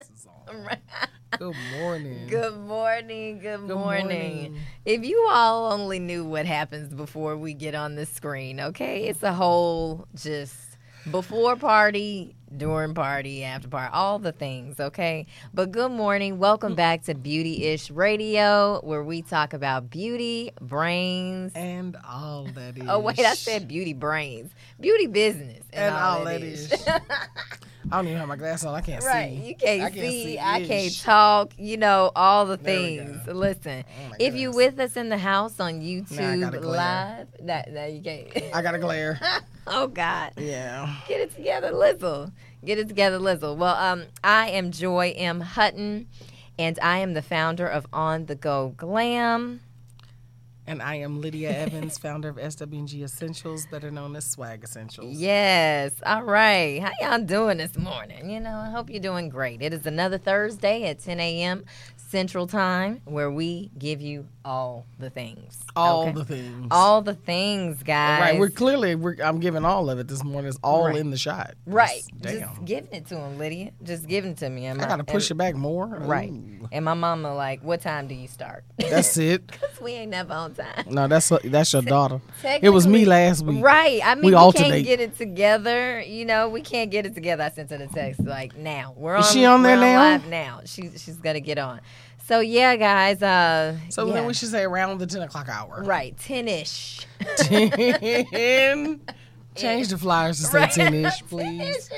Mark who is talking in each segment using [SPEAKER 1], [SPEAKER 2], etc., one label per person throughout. [SPEAKER 1] headphones on. Good morning.
[SPEAKER 2] Good morning. Good,
[SPEAKER 1] Good
[SPEAKER 2] morning. If you all only knew what happens before we get on the screen, okay? It's a whole just before party, during party, after party, all the things, okay? But good morning. Welcome back to Beauty Ish Radio, where we talk about beauty, brains.
[SPEAKER 1] And all that is.
[SPEAKER 2] Oh, wait, I said beauty brains, beauty business,
[SPEAKER 1] And all that is.
[SPEAKER 2] ish.
[SPEAKER 1] I don't even have my glass on. I can't
[SPEAKER 2] Right.
[SPEAKER 1] see.
[SPEAKER 2] You can't,
[SPEAKER 1] I can't
[SPEAKER 2] see,
[SPEAKER 1] see
[SPEAKER 2] I can't
[SPEAKER 1] ish.
[SPEAKER 2] talk, you know, all the
[SPEAKER 1] There we go.
[SPEAKER 2] things. Listen.
[SPEAKER 1] Oh my
[SPEAKER 2] if you
[SPEAKER 1] goodness.
[SPEAKER 2] with us in the house on
[SPEAKER 1] gotta glare.
[SPEAKER 2] YouTube live, that that you can't
[SPEAKER 1] I got a glare.
[SPEAKER 2] Oh God.
[SPEAKER 1] yeah.
[SPEAKER 2] Get it together, Lizzle. Get it together, Lizzle. Well, um, I am Joy M. Hutton and I am the founder of On the Go Glam.
[SPEAKER 1] And I am Lydia Evans, founder of SWG Essentials, better known as Swag Essentials.
[SPEAKER 2] Yes. All right. How y'all doing this morning? You know, I hope you're doing great. It is another Thursday at 10 a.m. Central Time where we give you all the things.
[SPEAKER 1] All
[SPEAKER 2] okay?
[SPEAKER 1] the things.
[SPEAKER 2] all the things, guys.
[SPEAKER 1] Right, we're clearly we're, I'm giving all of it this morning. It's all
[SPEAKER 2] Right.
[SPEAKER 1] in the shot.
[SPEAKER 2] Right.
[SPEAKER 1] Just- damn.
[SPEAKER 2] Just giving it to him, Lydia. Just giving it to me. And
[SPEAKER 1] I
[SPEAKER 2] my-
[SPEAKER 1] gotta push it back more.
[SPEAKER 2] and, Right.
[SPEAKER 1] Ooh.
[SPEAKER 2] And my mama like, what time do you start?
[SPEAKER 1] That's it.
[SPEAKER 2] Because we ain't never on time.
[SPEAKER 1] No, that's that's your daughter. It was me
[SPEAKER 2] Technically-
[SPEAKER 1] last week.
[SPEAKER 2] Right. I mean,
[SPEAKER 1] We
[SPEAKER 2] we,
[SPEAKER 1] alternate.
[SPEAKER 2] can't get it together. You know, we can't get it together. I sent her the text like now. We're on.
[SPEAKER 1] Is she on there
[SPEAKER 2] we're
[SPEAKER 1] now?
[SPEAKER 2] Live now. She's she's gonna get on. So yeah, guys. Uh,
[SPEAKER 1] So
[SPEAKER 2] yeah.
[SPEAKER 1] then we should say around the ten o'clock hour.
[SPEAKER 2] right ten ish.
[SPEAKER 1] Ten. Change the flyers to say
[SPEAKER 2] Right.
[SPEAKER 1] ten ish, please.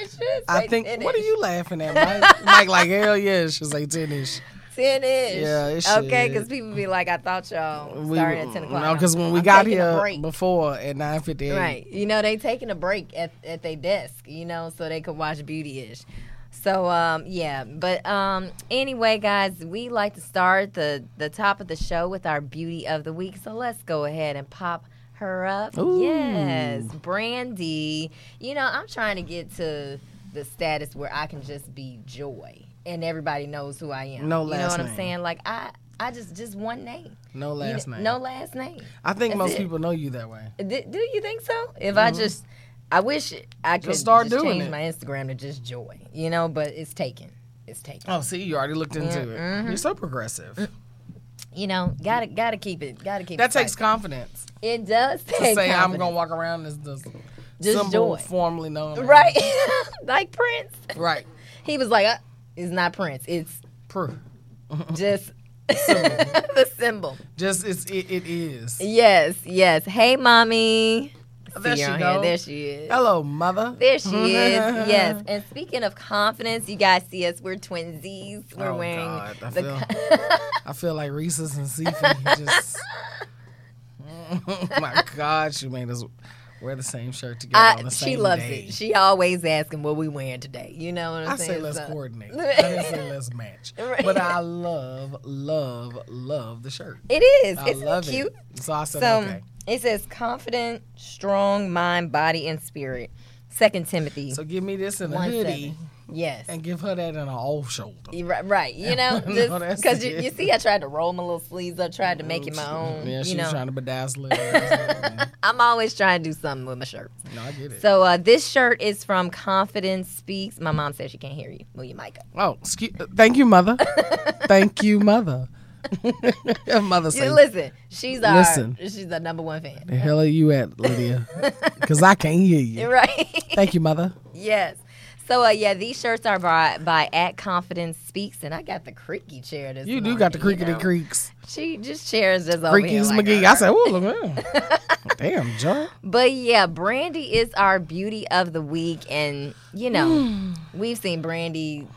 [SPEAKER 1] I think. What are you laughing at, Mike?
[SPEAKER 2] Mike?
[SPEAKER 1] Mike, like hell yeah, she say ten ish.
[SPEAKER 2] Ten ish.
[SPEAKER 1] Yeah, it
[SPEAKER 2] Okay,
[SPEAKER 1] should.
[SPEAKER 2] because people be like, I thought y'all started at ten o'clock.
[SPEAKER 1] No, because when
[SPEAKER 2] I'm-
[SPEAKER 1] we
[SPEAKER 2] I'm
[SPEAKER 1] got
[SPEAKER 2] taking a
[SPEAKER 1] here
[SPEAKER 2] break.
[SPEAKER 1] before at nine fifty eight.
[SPEAKER 2] Right. You know, they taking a break at, at their desk, you know, so they could watch Beauty Ish. So um yeah, but um anyway guys, we like to start the the top of the show with our beauty of the week. So let's go ahead and pop her up.
[SPEAKER 1] Ooh.
[SPEAKER 2] Yes, Brandy. You know, I'm trying to get to the status where I can just be joy and everybody knows who I am.
[SPEAKER 1] No
[SPEAKER 2] you know
[SPEAKER 1] last
[SPEAKER 2] what I'm
[SPEAKER 1] name.
[SPEAKER 2] saying? Like I I just just one name.
[SPEAKER 1] No
[SPEAKER 2] You
[SPEAKER 1] last
[SPEAKER 2] kn-
[SPEAKER 1] name.
[SPEAKER 2] No last name.
[SPEAKER 1] I think
[SPEAKER 2] That's
[SPEAKER 1] most
[SPEAKER 2] it.
[SPEAKER 1] people know you that way.
[SPEAKER 2] Do, do you think so? If I just, I wish I could
[SPEAKER 1] Mm-hmm. Just start doing
[SPEAKER 2] change
[SPEAKER 1] it.
[SPEAKER 2] my Instagram to just joy, you know. But it's taken. It's taken.
[SPEAKER 1] Oh, see, you already looked into it.
[SPEAKER 2] mhm.
[SPEAKER 1] You're so progressive.
[SPEAKER 2] You know, gotta gotta keep it. Gotta keep
[SPEAKER 1] That
[SPEAKER 2] it.
[SPEAKER 1] takes
[SPEAKER 2] spicy.
[SPEAKER 1] confidence
[SPEAKER 2] It does
[SPEAKER 1] to
[SPEAKER 2] take.
[SPEAKER 1] say I'm
[SPEAKER 2] confidence.
[SPEAKER 1] gonna walk around as the
[SPEAKER 2] Just
[SPEAKER 1] symbol
[SPEAKER 2] joy.
[SPEAKER 1] formerly known. as-
[SPEAKER 2] Right, like Prince.
[SPEAKER 1] right.
[SPEAKER 2] He was like, uh, "It's not Prince. It's
[SPEAKER 1] Proof.
[SPEAKER 2] just." the symbol.
[SPEAKER 1] Just it's it, it is.
[SPEAKER 2] Yes, yes. Hey, mommy.
[SPEAKER 1] Oh, There
[SPEAKER 2] See her
[SPEAKER 1] she
[SPEAKER 2] on here.
[SPEAKER 1] go. Oh.
[SPEAKER 2] There she is.
[SPEAKER 1] Hello, mother.
[SPEAKER 2] There she is. yes. And speaking of confidence, you guys see us. We're twinsies. We're
[SPEAKER 1] Oh,
[SPEAKER 2] wearing
[SPEAKER 1] God, I
[SPEAKER 2] the.
[SPEAKER 1] I feel like Reese's and Seafy just. Oh my God, she made us wear the same shirt together
[SPEAKER 2] I-
[SPEAKER 1] on the same
[SPEAKER 2] she loves
[SPEAKER 1] day.
[SPEAKER 2] it. She always asking what we wearing today. You know what I'm
[SPEAKER 1] I
[SPEAKER 2] saying?
[SPEAKER 1] say let's
[SPEAKER 2] So-
[SPEAKER 1] coordinate. I didn't say let's match.
[SPEAKER 2] Right.
[SPEAKER 1] But I love, love, love the shirt.
[SPEAKER 2] It is.
[SPEAKER 1] I
[SPEAKER 2] Isn't
[SPEAKER 1] love
[SPEAKER 2] it cute?
[SPEAKER 1] it. So I said,
[SPEAKER 2] So
[SPEAKER 1] okay.
[SPEAKER 2] it says confident, strong mind, body, and spirit. Second Timothy.
[SPEAKER 1] So give me this in a
[SPEAKER 2] One
[SPEAKER 1] hoodie
[SPEAKER 2] seven. yes.
[SPEAKER 1] and give her that in an off shoulder.
[SPEAKER 2] You Right, right, you know,
[SPEAKER 1] No, that's
[SPEAKER 2] just because you,
[SPEAKER 1] it.
[SPEAKER 2] you see, I tried to roll my little sleeves up, tried to make it my own.
[SPEAKER 1] Yeah, she
[SPEAKER 2] you know,
[SPEAKER 1] was trying to bedazzle it.
[SPEAKER 2] I'm always trying to do something with my shirt.
[SPEAKER 1] no, I get it.
[SPEAKER 2] So uh, this shirt is from Confidence Speaks. My mom says she can't hear you. Move your mic up.
[SPEAKER 1] oh, excuse, thank you, mother. thank you, mother. mother
[SPEAKER 2] Yeah,
[SPEAKER 1] say,
[SPEAKER 2] listen, she's our
[SPEAKER 1] Listen.
[SPEAKER 2] she's our number one fan.
[SPEAKER 1] the hell are you at, Lydia? Because I can't hear you.
[SPEAKER 2] Right.
[SPEAKER 1] Thank you, mother.
[SPEAKER 2] Yes. So uh, yeah, these shirts are brought by At Confidence Speaks, and I got the creaky chair this
[SPEAKER 1] You do
[SPEAKER 2] morning,
[SPEAKER 1] got the creaky
[SPEAKER 2] you know.
[SPEAKER 1] creaks.
[SPEAKER 2] She just chairs just over here.
[SPEAKER 1] Creakies
[SPEAKER 2] like, uh,
[SPEAKER 1] McGee. I
[SPEAKER 2] "Arr."
[SPEAKER 1] said, oh, look at that. Damn, Joe.
[SPEAKER 2] But yeah, Brandy is our beauty of the week, and you
[SPEAKER 1] Hmm.
[SPEAKER 2] know, we've seen Brandy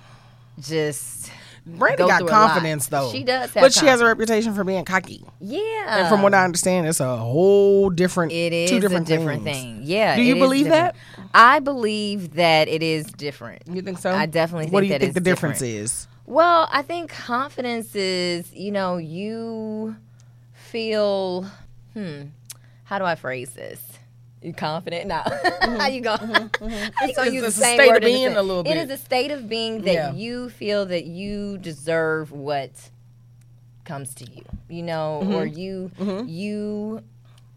[SPEAKER 2] just
[SPEAKER 1] Brandy
[SPEAKER 2] Go
[SPEAKER 1] got
[SPEAKER 2] through a lot.
[SPEAKER 1] confidence, though.
[SPEAKER 2] She does have
[SPEAKER 1] But she has a reputation for being cocky.
[SPEAKER 2] yeah.
[SPEAKER 1] and from what I understand, it's a whole different,
[SPEAKER 2] It is
[SPEAKER 1] two different,
[SPEAKER 2] a different
[SPEAKER 1] things.
[SPEAKER 2] thing. Yeah.
[SPEAKER 1] Do
[SPEAKER 2] it
[SPEAKER 1] you
[SPEAKER 2] is
[SPEAKER 1] believe
[SPEAKER 2] different. I believe that it is different.
[SPEAKER 1] You think so?
[SPEAKER 2] I definitely
[SPEAKER 1] What do
[SPEAKER 2] think
[SPEAKER 1] you
[SPEAKER 2] that
[SPEAKER 1] think
[SPEAKER 2] it's
[SPEAKER 1] the difference
[SPEAKER 2] different.
[SPEAKER 1] is?
[SPEAKER 2] Well, I think confidence is, you know, you feel, hmm, how do I phrase this? You confident? No. how you going? How you
[SPEAKER 1] Mm-hmm. It's-
[SPEAKER 2] gonna
[SPEAKER 1] it's-
[SPEAKER 2] use
[SPEAKER 1] it's a
[SPEAKER 2] the same
[SPEAKER 1] state of
[SPEAKER 2] word in the
[SPEAKER 1] being
[SPEAKER 2] sen-
[SPEAKER 1] a little
[SPEAKER 2] It
[SPEAKER 1] bit.
[SPEAKER 2] is a state of being that
[SPEAKER 1] Yeah.
[SPEAKER 2] you feel that you deserve what comes to you, you know, or
[SPEAKER 1] Mm-hmm.
[SPEAKER 2] you you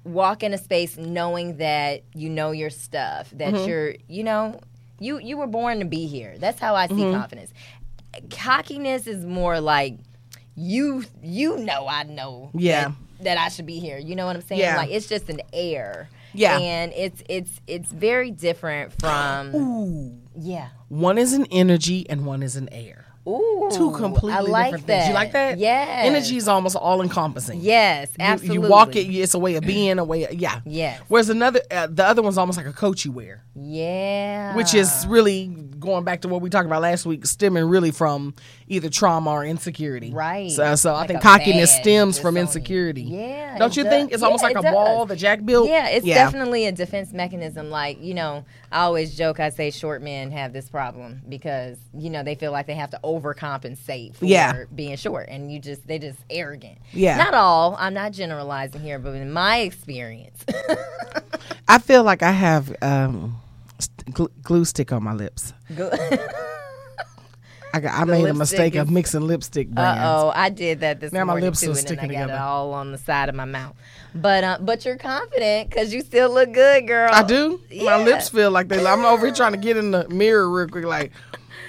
[SPEAKER 2] walk in a space knowing that you know your
[SPEAKER 1] Mm-hmm. Mm-hmm.
[SPEAKER 2] stuff, that you're, you know, you you were born to be here. That's how I see confidence. cockiness is more like you you know I know
[SPEAKER 1] Yeah.
[SPEAKER 2] that, that I should be here. You know what I'm saying?
[SPEAKER 1] Yeah.
[SPEAKER 2] Like it's just an air.
[SPEAKER 1] Yeah.
[SPEAKER 2] And it's it's it's very different from yeah.
[SPEAKER 1] One is an energy and one is an air.
[SPEAKER 2] Ooh.
[SPEAKER 1] Two completely
[SPEAKER 2] I like
[SPEAKER 1] different
[SPEAKER 2] that.
[SPEAKER 1] things. You like that?
[SPEAKER 2] Yeah.
[SPEAKER 1] Energy is almost all encompassing.
[SPEAKER 2] Yes,
[SPEAKER 1] You,
[SPEAKER 2] absolutely.
[SPEAKER 1] you walk it. It's a way of being. A way. Of, yeah.
[SPEAKER 2] Yes.
[SPEAKER 1] Whereas another, uh, the other one's almost like a coat you wear,
[SPEAKER 2] Yeah.
[SPEAKER 1] which is really going back to what we talked about last week, stemming really from either trauma or insecurity.
[SPEAKER 2] Right.
[SPEAKER 1] So, so I
[SPEAKER 2] Like
[SPEAKER 1] think
[SPEAKER 2] a
[SPEAKER 1] cockiness
[SPEAKER 2] badge
[SPEAKER 1] stems
[SPEAKER 2] that's
[SPEAKER 1] from
[SPEAKER 2] on you.
[SPEAKER 1] insecurity.
[SPEAKER 2] Yeah,
[SPEAKER 1] Don't
[SPEAKER 2] it
[SPEAKER 1] you
[SPEAKER 2] does.
[SPEAKER 1] think it's almost
[SPEAKER 2] Yeah,
[SPEAKER 1] like
[SPEAKER 2] it
[SPEAKER 1] a wall
[SPEAKER 2] does.
[SPEAKER 1] that Jack built?
[SPEAKER 2] Yeah, it's definitely a defense mechanism. Like, you know, I always joke, I say short men have this problem because, you know, they feel like they have to overcompensate for
[SPEAKER 1] Yeah.
[SPEAKER 2] being short. And you just, they just arrogant.
[SPEAKER 1] Yeah.
[SPEAKER 2] Not all. I'm not generalizing here, but in my experience.
[SPEAKER 1] I feel like I have um, st- gl- glue stick on my lips. I, got, I made a
[SPEAKER 2] lipstick
[SPEAKER 1] mistake of
[SPEAKER 2] is-
[SPEAKER 1] mixing lipstick brands.
[SPEAKER 2] Uh oh, I did that this
[SPEAKER 1] Now my
[SPEAKER 2] morning
[SPEAKER 1] lips
[SPEAKER 2] too,
[SPEAKER 1] are
[SPEAKER 2] and then I
[SPEAKER 1] sticking
[SPEAKER 2] got
[SPEAKER 1] together.
[SPEAKER 2] it all on the side of my mouth. But uh, but you're confident because you still look good, girl.
[SPEAKER 1] I do.
[SPEAKER 2] Yeah.
[SPEAKER 1] My lips feel like they. I'm over here trying to get in the mirror real quick. Like,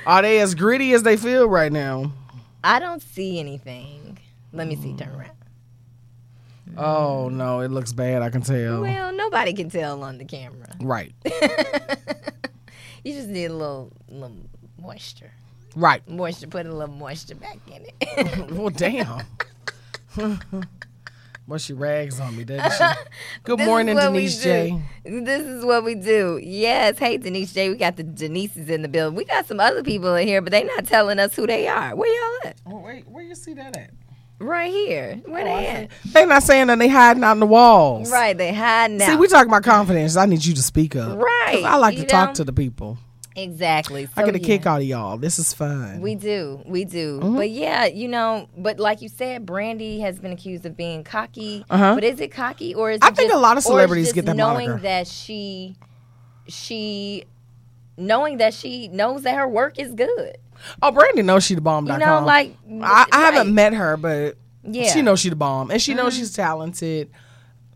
[SPEAKER 1] are they as gritty as they feel right now?
[SPEAKER 2] I don't see anything. Let me see. Turn around.
[SPEAKER 1] Oh no, it looks bad. I can tell.
[SPEAKER 2] Well, nobody can tell on the camera.
[SPEAKER 1] right,
[SPEAKER 2] You just need a little little moisture.
[SPEAKER 1] right.
[SPEAKER 2] Moisture. Put a little moisture back in it.
[SPEAKER 1] Well, damn. well, she rags on me, doesn't she? Good morning,
[SPEAKER 2] what we
[SPEAKER 1] Denise
[SPEAKER 2] do.
[SPEAKER 1] J.
[SPEAKER 2] This is what we do. Yes. Hey, Denise J. We got the Denises in the building. We got some other people in here, but they not telling us who they are. Where y'all at?
[SPEAKER 1] wait, where you see that at?
[SPEAKER 2] Right here. Where
[SPEAKER 1] Oh,
[SPEAKER 2] they at?
[SPEAKER 1] They not saying that they hiding out in the walls.
[SPEAKER 2] Right. They hiding out.
[SPEAKER 1] See, we talking about confidence. I need you to speak up.
[SPEAKER 2] Right,
[SPEAKER 1] 'Cause I like to
[SPEAKER 2] you
[SPEAKER 1] talk
[SPEAKER 2] know?
[SPEAKER 1] to the people.
[SPEAKER 2] exactly.
[SPEAKER 1] I
[SPEAKER 2] So,
[SPEAKER 1] get a
[SPEAKER 2] yeah.
[SPEAKER 1] kick out of y'all. This is fun.
[SPEAKER 2] We do, we do.
[SPEAKER 1] Mm-hmm.
[SPEAKER 2] But yeah, you know, but like you said, Brandy has been accused of being cocky.
[SPEAKER 1] Uh-huh.
[SPEAKER 2] But is it cocky or is
[SPEAKER 1] I
[SPEAKER 2] it
[SPEAKER 1] think
[SPEAKER 2] just-
[SPEAKER 1] a lot of
[SPEAKER 2] or is it
[SPEAKER 1] celebrities
[SPEAKER 2] just
[SPEAKER 1] get that
[SPEAKER 2] knowing
[SPEAKER 1] moniker.
[SPEAKER 2] that she, she, knowing that she knows that her work is good.
[SPEAKER 1] Oh, Brandy knows she the bomb.
[SPEAKER 2] You know, like
[SPEAKER 1] I, I
[SPEAKER 2] right.
[SPEAKER 1] haven't met her, but
[SPEAKER 2] Yeah. Mm-hmm.
[SPEAKER 1] she knows she the bomb, and she knows she's talented,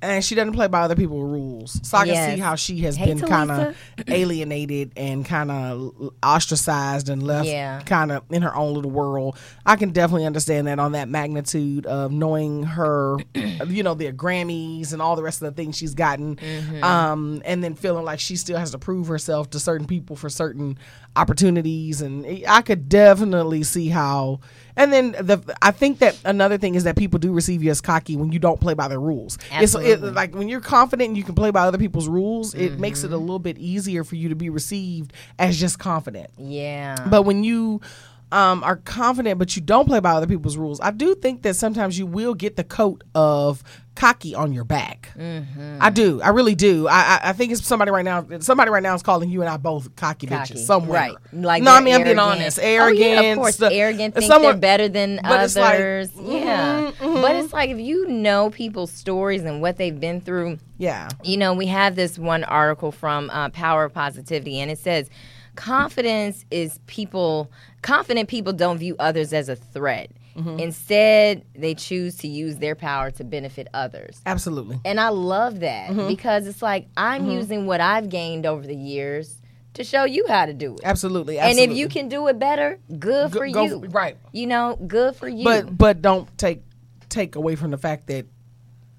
[SPEAKER 1] and she doesn't play by other people's rules. So I can
[SPEAKER 2] Yes.
[SPEAKER 1] see how she has
[SPEAKER 2] Hey,
[SPEAKER 1] been kind of alienated and kind of ostracized and left,
[SPEAKER 2] Yeah.
[SPEAKER 1] kind of in her own little world. I can definitely understand that on that magnitude of knowing her, you know, the Grammys and all the rest of the things she's gotten, um, and then feeling like she still has to prove herself to certain people for certain opportunities. And I could definitely see how. And then the I think that another thing is that people do receive you as cocky when you don't play by their rules. It's it,
[SPEAKER 2] Absolutely.
[SPEAKER 1] like when you're confident and you can play by other people's rules, it makes it a little bit easier for you to be received as just confident.
[SPEAKER 2] Yeah.
[SPEAKER 1] But when you um, are confident, but you don't play by other people's rules, I do think that sometimes you will get the coat of cocky on your back.
[SPEAKER 2] Mm-hmm.
[SPEAKER 1] I do. I really do. I, I, I think it's somebody right now. Somebody right now is calling you and I both cocky,
[SPEAKER 2] Cocky,
[SPEAKER 1] bitches somewhere.
[SPEAKER 2] right? Like
[SPEAKER 1] no, I
[SPEAKER 2] they're
[SPEAKER 1] mean I'm being
[SPEAKER 2] arrogant.
[SPEAKER 1] honest.
[SPEAKER 2] Oh, yeah,
[SPEAKER 1] Arrogant,
[SPEAKER 2] of course,
[SPEAKER 1] stu-
[SPEAKER 2] arrogant. Think
[SPEAKER 1] someone-
[SPEAKER 2] they're better than
[SPEAKER 1] but it's like, mm-hmm,
[SPEAKER 2] others. yeah, but it's like if you know people's stories and what they've been through.
[SPEAKER 1] Yeah.
[SPEAKER 2] You know, we have this one article from uh, Power of Positivity, and it says confidence is people, confident people don't view others as a threat.
[SPEAKER 1] Mm-hmm.
[SPEAKER 2] Instead, they choose to use their power to benefit others.
[SPEAKER 1] Absolutely.
[SPEAKER 2] And I love that
[SPEAKER 1] Mm-hmm.
[SPEAKER 2] because it's like I'm using what I've gained over the years to show you how to do it.
[SPEAKER 1] Absolutely. Absolutely.
[SPEAKER 2] And if you can do it better, good
[SPEAKER 1] Go-
[SPEAKER 2] for
[SPEAKER 1] go-
[SPEAKER 2] you.
[SPEAKER 1] right.
[SPEAKER 2] You know, good for you.
[SPEAKER 1] but but don't take take away from the fact that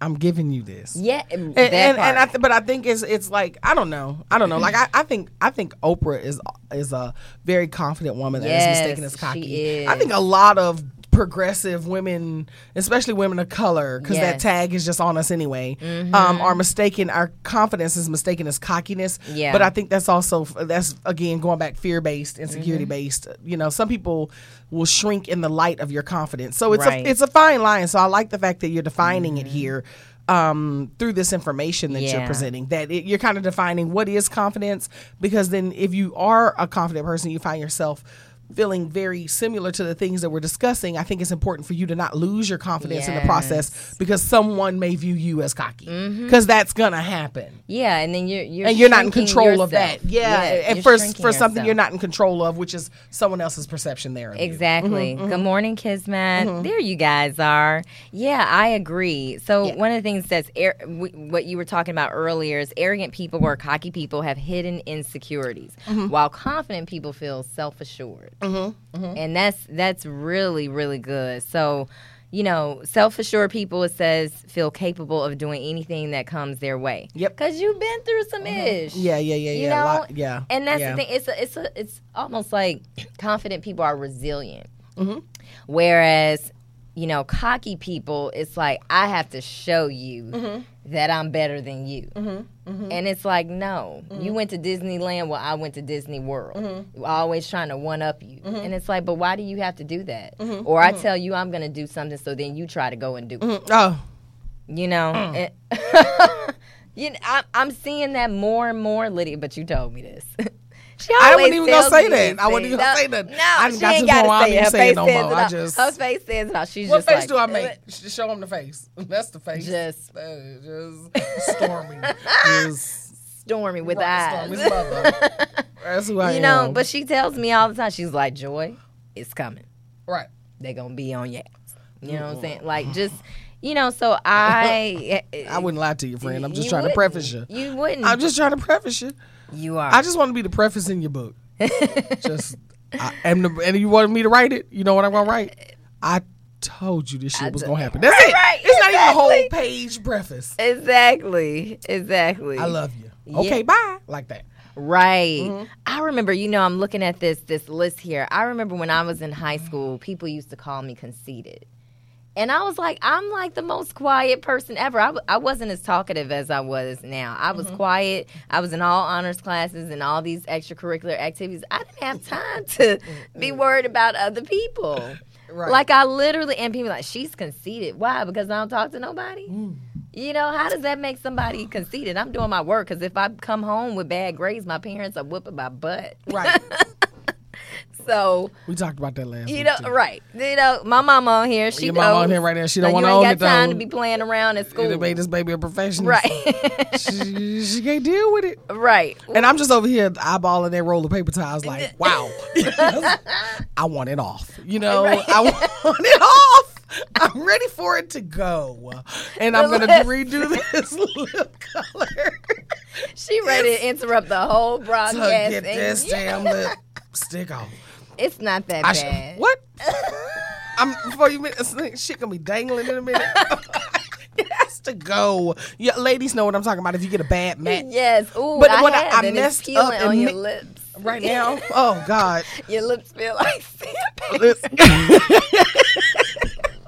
[SPEAKER 1] I'm giving you this.
[SPEAKER 2] yeah,
[SPEAKER 1] and, and, and I th- but I think it's it's like I don't know I don't know like I, I think I think Oprah is is a very confident woman that is
[SPEAKER 2] Yes,
[SPEAKER 1] mistaken as cocky.
[SPEAKER 2] she is.
[SPEAKER 1] I think a lot of progressive women, especially women of color, because that
[SPEAKER 2] Yes. Mm-hmm.
[SPEAKER 1] tag is just on us anyway, um, are mistaken. Our confidence is mistaken as cockiness.
[SPEAKER 2] Yeah. Mm-hmm.
[SPEAKER 1] But I think that's also that's again going back fear based, insecurity based. You know, some people will shrink in the light of your confidence. So it's
[SPEAKER 2] Right. Mm-hmm.
[SPEAKER 1] a, it's a fine line. So I like the fact that you're defining it here um, through this information that you're
[SPEAKER 2] Yeah.
[SPEAKER 1] presenting. That it, you're kind of defining what is confidence, because then if you are a confident person, you find yourself feeling very similar to the things that we're discussing. I think it's important for you to not lose your confidence in the process because someone may view you as cocky, because that's gonna happen
[SPEAKER 2] yeah, and then you're Mm-hmm. you're
[SPEAKER 1] and you're not in
[SPEAKER 2] shrinking
[SPEAKER 1] control of
[SPEAKER 2] yourself.
[SPEAKER 1] that. Yeah,
[SPEAKER 2] you're
[SPEAKER 1] and for for
[SPEAKER 2] shrinking
[SPEAKER 1] something
[SPEAKER 2] yourself.
[SPEAKER 1] you're not in control of, which is someone else's perception there. of you.
[SPEAKER 2] Exactly.
[SPEAKER 1] Mm-hmm,
[SPEAKER 2] Good morning, Kismet. There you guys are. Yeah, I agree. So one of the things that's ar- w- what you were talking about earlier is arrogant
[SPEAKER 1] Mm-hmm.
[SPEAKER 2] people or cocky people have hidden insecurities, while confident people feel self assured. forward. And that's that's really really good. So, you know, self-assured people it says feel capable of doing anything that comes their way.
[SPEAKER 1] Yep. Mm-hmm.
[SPEAKER 2] Cuz you've been through some ish.
[SPEAKER 1] Yeah, yeah, yeah,
[SPEAKER 2] You
[SPEAKER 1] yeah. a
[SPEAKER 2] know,
[SPEAKER 1] lot- yeah.
[SPEAKER 2] And that's
[SPEAKER 1] yeah.
[SPEAKER 2] the thing. It's a, it's a, it's almost like confident people are resilient,
[SPEAKER 1] Mm-hmm.
[SPEAKER 2] whereas you know cocky people, it's like I have to show you
[SPEAKER 1] Mm-hmm.
[SPEAKER 2] that I'm better than you. And it's like, no,
[SPEAKER 1] Mm-hmm.
[SPEAKER 2] you went to Disneyland while I went to Disney World. You're always trying to one up you.
[SPEAKER 1] Mm-hmm.
[SPEAKER 2] And it's like, but why do you have to do that? Or I tell you I'm going to do something, so then you try to go and do it
[SPEAKER 1] Oh,
[SPEAKER 2] you know
[SPEAKER 1] Mm.
[SPEAKER 2] it- you know, I, i'm seeing that more and more lydia but you told me this She
[SPEAKER 1] I wasn't
[SPEAKER 2] always
[SPEAKER 1] even gonna
[SPEAKER 2] tells
[SPEAKER 1] say
[SPEAKER 2] me
[SPEAKER 1] that.
[SPEAKER 2] these
[SPEAKER 1] I wasn't
[SPEAKER 2] things.
[SPEAKER 1] even gonna say
[SPEAKER 2] no,
[SPEAKER 1] that.
[SPEAKER 2] no
[SPEAKER 1] I
[SPEAKER 2] she
[SPEAKER 1] just got to
[SPEAKER 2] ain't
[SPEAKER 1] the
[SPEAKER 2] gotta
[SPEAKER 1] point where I
[SPEAKER 2] say
[SPEAKER 1] don't
[SPEAKER 2] it. her
[SPEAKER 1] even say it no more.
[SPEAKER 2] face says it
[SPEAKER 1] I
[SPEAKER 2] all.
[SPEAKER 1] just-
[SPEAKER 2] her face says it all she's
[SPEAKER 1] What
[SPEAKER 2] just
[SPEAKER 1] face
[SPEAKER 2] like,
[SPEAKER 1] do I make? Sh- Show him the face. That's the face.
[SPEAKER 2] Just-
[SPEAKER 1] Uh, just stormy. just
[SPEAKER 2] stormy with
[SPEAKER 1] Stormy's
[SPEAKER 2] eyes
[SPEAKER 1] mother. That's who I
[SPEAKER 2] you
[SPEAKER 1] am.
[SPEAKER 2] know but she tells me all the time she's like joy it's coming
[SPEAKER 1] right.
[SPEAKER 2] they're gonna be on your ass you know what i'm saying like just you know so i
[SPEAKER 1] I wouldn't lie to you, friend. I'm just
[SPEAKER 2] you
[SPEAKER 1] trying to
[SPEAKER 2] wouldn't.
[SPEAKER 1] preface you.
[SPEAKER 2] you wouldn't
[SPEAKER 1] I'm just trying to preface you.
[SPEAKER 2] you are
[SPEAKER 1] I just want to be the preface in your book. just I am the, and you wanted me to write it. You know what I'm gonna write? I told you this shit was gonna happen. That's it.
[SPEAKER 2] Right,
[SPEAKER 1] it's not even a whole
[SPEAKER 2] exactly.
[SPEAKER 1] page preface.
[SPEAKER 2] exactly exactly
[SPEAKER 1] I love Mm-hmm. you. Okay, bye. Like that.
[SPEAKER 2] Right. I remember, you know, I'm looking at this this list here. I remember when I was in high school,
[SPEAKER 1] Mm-hmm.
[SPEAKER 2] people used to call me conceited. And I was like, I'm like the most quiet person ever. I, w- I wasn't as talkative as I was now. I
[SPEAKER 1] Mm-hmm.
[SPEAKER 2] was quiet. I was in all honors classes and all these extracurricular activities. I didn't have time to
[SPEAKER 1] Mm-hmm.
[SPEAKER 2] be worried about other people.
[SPEAKER 1] Right.
[SPEAKER 2] Like I literally and people like she's conceited. Why? Because I don't talk to nobody.
[SPEAKER 1] Mm.
[SPEAKER 2] You know how does that make somebody conceited? I'm doing my work because if I come home with bad grades, my parents are whooping my butt.
[SPEAKER 1] Right.
[SPEAKER 2] So
[SPEAKER 1] we talked about that last.
[SPEAKER 2] you
[SPEAKER 1] week,
[SPEAKER 2] know,
[SPEAKER 1] too.
[SPEAKER 2] right? You know, my mom on here. She
[SPEAKER 1] Your mama on
[SPEAKER 2] knows.
[SPEAKER 1] here right now, she don't
[SPEAKER 2] Like,
[SPEAKER 1] wanna
[SPEAKER 2] you ain't
[SPEAKER 1] own
[SPEAKER 2] got
[SPEAKER 1] it,
[SPEAKER 2] time to
[SPEAKER 1] though.
[SPEAKER 2] be playing around at
[SPEAKER 1] They
[SPEAKER 2] school,
[SPEAKER 1] made this baby a professional.
[SPEAKER 2] right?
[SPEAKER 1] she, she can't deal with it.
[SPEAKER 2] right.
[SPEAKER 1] And I'm just over here eyeballing that roll of paper towels like, wow. I want it off. You know, I want it off. I'm ready for it to go. And I'm going to
[SPEAKER 2] Listen.
[SPEAKER 1] redo this lip color
[SPEAKER 2] She ready to interrupt the whole
[SPEAKER 1] to
[SPEAKER 2] broadcast.
[SPEAKER 1] get
[SPEAKER 2] and-
[SPEAKER 1] this damn lipstick off.
[SPEAKER 2] It's not that
[SPEAKER 1] I
[SPEAKER 2] bad.
[SPEAKER 1] sh- what? I'm before you minute shit gonna be dangling in a minute. it has to go. Yeah, ladies know what I'm talking about. If you get a bad match
[SPEAKER 2] Yes. Ooh,
[SPEAKER 1] But
[SPEAKER 2] I,
[SPEAKER 1] what I-
[SPEAKER 2] have,
[SPEAKER 1] I
[SPEAKER 2] and
[SPEAKER 1] messed
[SPEAKER 2] it's peeling
[SPEAKER 1] up
[SPEAKER 2] on
[SPEAKER 1] and
[SPEAKER 2] your
[SPEAKER 1] mi-
[SPEAKER 2] lips.
[SPEAKER 1] right now, oh god.
[SPEAKER 2] Your lips feel like sandpaper.
[SPEAKER 1] This-